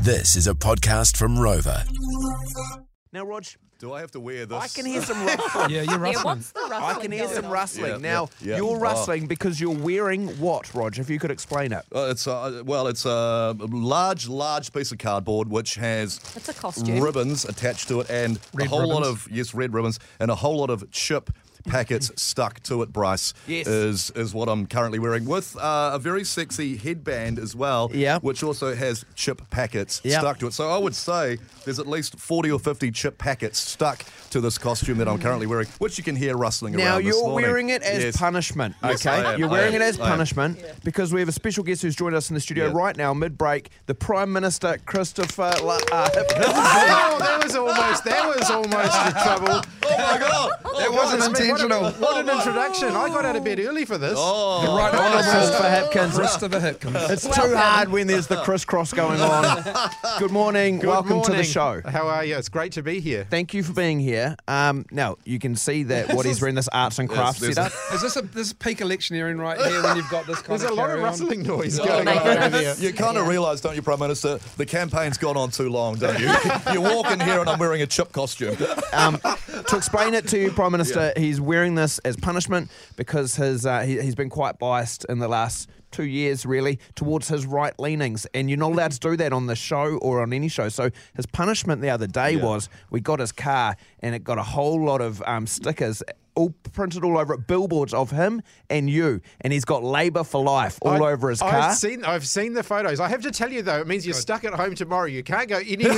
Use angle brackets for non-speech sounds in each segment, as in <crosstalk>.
This is a podcast from Rover. Now, Rog, Do I have to wear this? I can hear <laughs> some rustling. Yeah, you're Yeah, rustling. what's the rustling? I can hear going some on? rustling. Yeah, now, yeah, yeah. you're Oh. rustling because you're wearing what, Rog? If you could explain it. Uh, it's a, well, it's a large, large piece of cardboard which has It's a costume. ribbons attached to it and Red a whole lot ribbons. of yes, red ribbons and a whole lot <laughs> of chip packets stuck to it. Bryce Yes. is is what I'm currently wearing with uh, a very sexy headband as well, Yeah. which also has chip packets Yeah. stuck to it. So I would say there's at least 40 or 50 chip packets stuck to this costume that I'm currently wearing, which you can hear rustling Now around. this you're morning. wearing it as Yes. punishment, okay? Yes, I am, You're I wearing am, it as I am. punishment because we have a special guest who's joined us in the studio Yeah. right now, mid break. The Prime Minister Christopher. La- uh, Oh, that was almost that was almost <laughs> the trouble. <laughs> Oh my god! It wasn't intentional. What an introduction! I got out of bed early for this. Oh, Right Christopher Hipkins. Christopher Hipkins. It's too hard when there's the crisscross going on. <laughs> Good morning. Good Welcome to the morning. show. How are you? It's great to be here. Thank you for being here. Um, now you can see that what he's wearing this arts and crafts there's a- setup. Is this a this is peak electioneering right here when <laughs> you've got this kind There's a of Oh lot of carry-on? rustling noise going my on over there. goodness. You kind of realise, don't you, Prime Minister? The campaign's gone on too long, don't <laughs> you? you walk in here and I'm wearing a chip costume. Um, to explain it to you, Prime Minister, he's wearing this as punishment because his uh, he, he's been quite biased in the last two years, really, towards his right leanings, and you're not allowed to do that on the show or on any show. So his punishment the other day was we got his car and it got a whole lot of um, stickers. All printed all over it, billboards of him and you, and he's got Labour for life all I- over his car. I've seen, I've seen the photos. I have to tell you though, it means you're stuck at home tomorrow. You can't go anywhere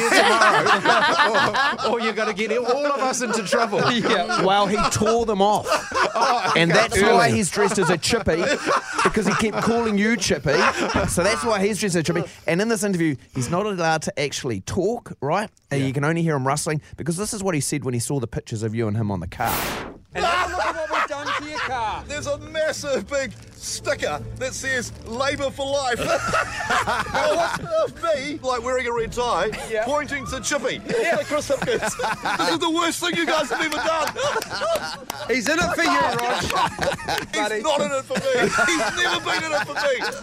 <laughs> tomorrow, or, or you're going to get all of us into trouble. Yeah. Oh, Well, he tore them <laughs> off. and that's why he's dressed as a chippy, because he kept calling you chippy. So that's why he's dressed as a chippy. And in this interview, he's not allowed to actually talk, right? And You can only hear him rustling, because this is what he said when he saw the pictures of you and him on the car. And have a look at what we've done to your car. <laughs> There's a massive big sticker that says Labour for Life. <laughs> now, what's me, like wearing a red tie, Yeah. pointing to Chippy? <laughs> Yeah. Chris Hipkins. this is the worst thing you guys have ever done. <laughs> He's in it for you, Rog. Buddy. He's not in it for <laughs> me. He's never been in it for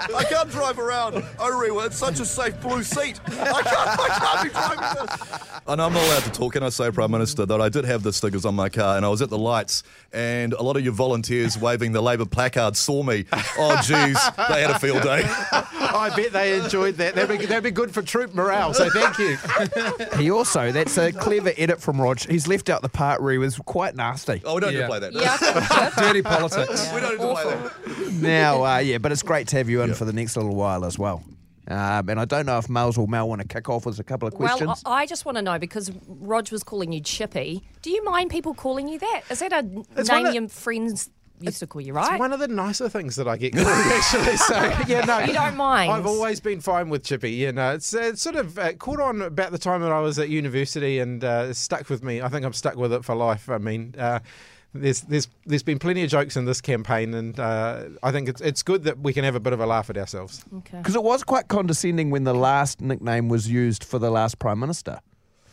me. I can't drive around Orewa. It's such a safe blue seat. I can't, I can't be driving this. And I'm not allowed to talk. Can I say, Prime Minister, that I did have the stickers on my car and I was at the lights and a lot of your volunteers waving the Labour placard saw me. Oh, geez, they had a field day. I bet they enjoyed that. That'd be, that'd be good for troop morale. So thank you. <laughs> He also, that's a clever edit from Rog. He's left out the part where he was quite nasty. Oh, we don't need to Yeah. play that. Yeah, I can Dirty politics. <laughs> We don't need to play that. now, uh, yeah, but it's great to have you in for the next little while as well. Um, and I don't know if Males or Mel want to kick off with a couple of questions. Well, I I just want to know because Rog was calling you Chippy. Do you mind people calling you that? Is that a one name of- your friends used to call you, It's right? one of the nicer things that I <laughs> get called, actually. So yeah, no, You don't mind. I've always been fine with Chippy. You know, it's, it's sort of uh, caught on about the time that I was at university and uh, it's stuck with me. I think I'm stuck with it for life. I mean. Uh, there's, there's there's been plenty of jokes in this campaign, and uh, I think it's it's good that we can have a bit of a laugh at ourselves. okay. Because it was quite condescending when the last nickname was used for the last Prime Minister,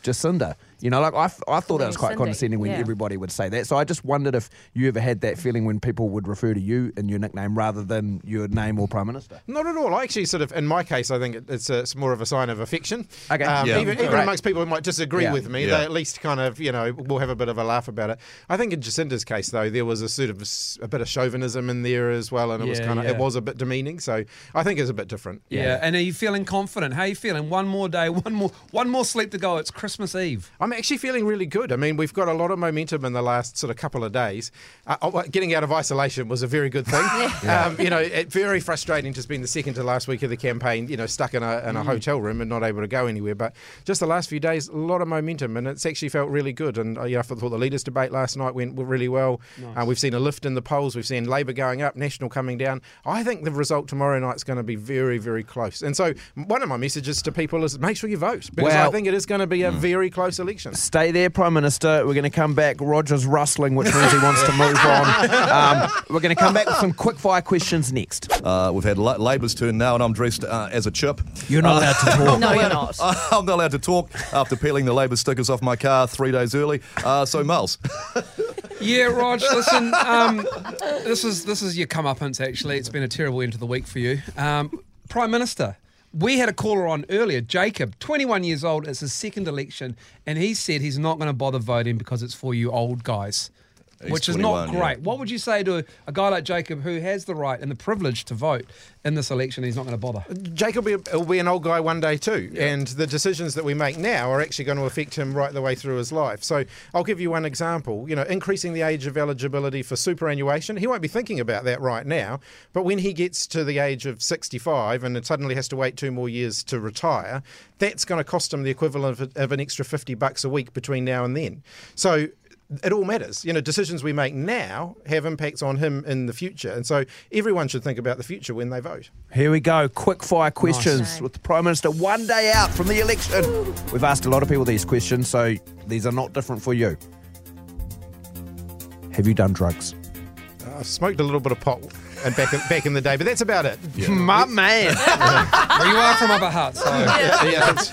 Jacinda. You know, like I, f- I thought it was quite Jacinda, condescending when yeah. everybody would say that. So I just wondered if you ever had that feeling when people would refer to you and your nickname rather than your name or Prime Minister. Not at all. I actually sort of, in my case, I think it- it's, a, it's more of a sign of affection. Okay. Um, Yeah. Even, even Right. amongst people who might disagree Yeah. with me, Yeah. they at least kind of, you know, we'll have a bit of a laugh about it. I think in Jacinda's case, though, there was a sort of s- a bit of chauvinism in there as well, and it was Yeah, kind of yeah. it was a bit demeaning. So I think it's a bit different. Yeah. and are you feeling confident? How are you feeling? One more day, <laughs> one more, one more sleep to go. It's Christmas Eve. I'm actually feeling really good. I mean, we've got a lot of momentum in the last sort of couple of days. Uh, oh, well, getting out of isolation was a very good thing. um, you know, it, very frustrating just being the second to last week of the campaign, you know, stuck in a, in a hotel room and not able to go anywhere. But just the last few days, a lot of momentum, and it's actually felt really good. And uh, you know, I thought the leaders' debate last night went really well. Uh, we've seen a lift in the polls. We've seen Labour going up, National coming down. I think the result tomorrow night's going to be very, very close. And so, one of my messages to people is make sure you vote because Well- I think it is going to be a very close election. Stay there, Prime Minister. We're going to come back. Roger's rustling, which means he wants to move <laughs> on. Um, we're going to come back with some quick fire questions next. Uh, we've had La- Labour's turn now, and I'm dressed uh, as a chip. You're not allowed to talk. No, you're not. <laughs> I'm not allowed to talk after peeling the Labour stickers off my car three days early. Uh, so, Miles, <laughs> Yeah, Rog. Listen, <laughs> um, this is this is your comeuppance. Actually, it's been a terrible end to the week for you, um, Prime Minister. We had a caller on earlier, Jacob, 21 years old. It's his second election, and he said he's not going to bother voting because it's for you old guys, He's which is not 21, yeah. great. What would you say to a, a guy like Jacob who has the right and the privilege to vote in this election? He's not going to <laughs> bother. Jacob will be, will be an old guy one day too, and the decisions that we make now are actually going to affect him right the way through his life. So I'll give you one example. You know, increasing the age of eligibility for superannuation, he won't be thinking about that right now. But when he gets to the age of 65 and then suddenly has to wait two more years to retire, that's going to cost him the equivalent of, of an extra 50 bucks a week between now and then. So it all matters. You know, decisions we make now have impacts on him in the future. And so everyone should think about the future when they vote. Here we go. Quick fire questions with the Prime Minister one day out from the election. We've asked a lot of people these questions, so these are not different for you. Have you done drugs? I've smoked a little bit of pot and back back in the day, but that's about it. <laughs> My man. well, you are from Upper Hutt, <laughs> so. Yeah, that's-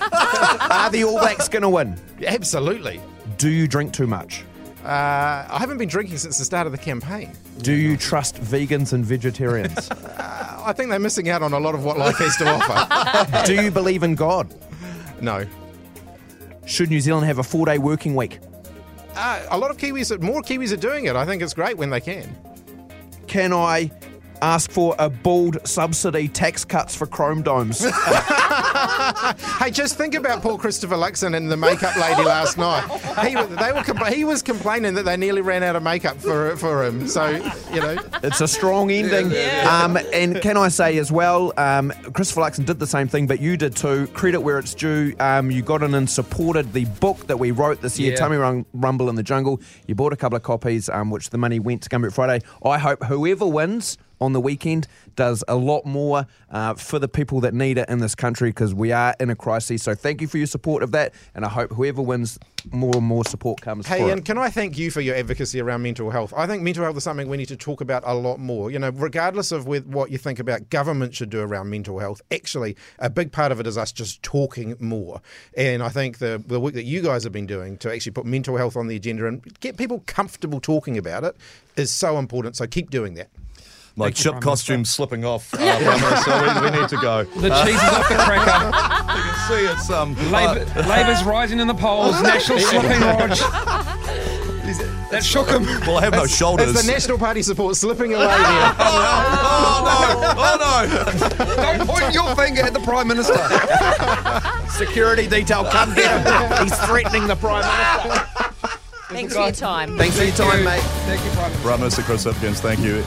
<laughs> are the All Blacks going to win? absolutely. Do you drink too much? Uh, I haven't been drinking since the start of the campaign. Do you trust vegans and <laughs> vegetarians? I think they're missing out on a lot of what life has to <laughs> offer. Do you believe in God? No. Should New Zealand have a four day working week? Uh, a lot of Kiwis, more Kiwis are doing it. I think it's great when they can. Can I ask for a bald subsidy tax cuts for chrome domes? Hey, just think about Paul Christopher Luxon and the makeup lady last night. He, wa- they were compl- he was complaining that they nearly ran out of makeup for, for him. So, you know. It's a strong ending. Um, and can I say as well, um, Christopher Luxon did the same thing, but you did too. Credit where it's due. Um, you got in and supported the book that we wrote this year, Yeah. Tummy Rum- Rumble in the Jungle. You bought a couple of copies, um, which the money went to Gumboot Friday. I hope whoever wins on the weekend does a lot more uh, for the people that need it in this country because we are in a crisis. So thank you for your support of that. And I hope whoever wins, more and more support comes for Hey, it. and can I thank you for your advocacy around mental health? I think mental health is something we need to talk about a lot more. You know, regardless of with what you think about government should do around mental health, actually, a big part of it is us just talking more. And I think the, the work that you guys have been doing to actually put mental health on the agenda and get people comfortable talking about it is so important. So keep doing that. My chip costume's slipping <laughs> off, uh, Prime Minister. We, we need to go. Uh, The cheese is off the cracker. <laughs> You can see it's um. Labour, Labour's rising in the polls. National slipping, Rog. That shook <laughs> him. <laughs> Well, I have no shoulders. It's the <laughs> National Party support slipping <laughs> away there. oh, no! Oh no! Don't point your finger at the Prime Minister. Security detail, come get him. He's threatening the Prime Minister. Thanks for your time. Thanks for your time, mate. Thank you, Prime Minister. <laughs> Prime Minister Chris Hipkins, thank you.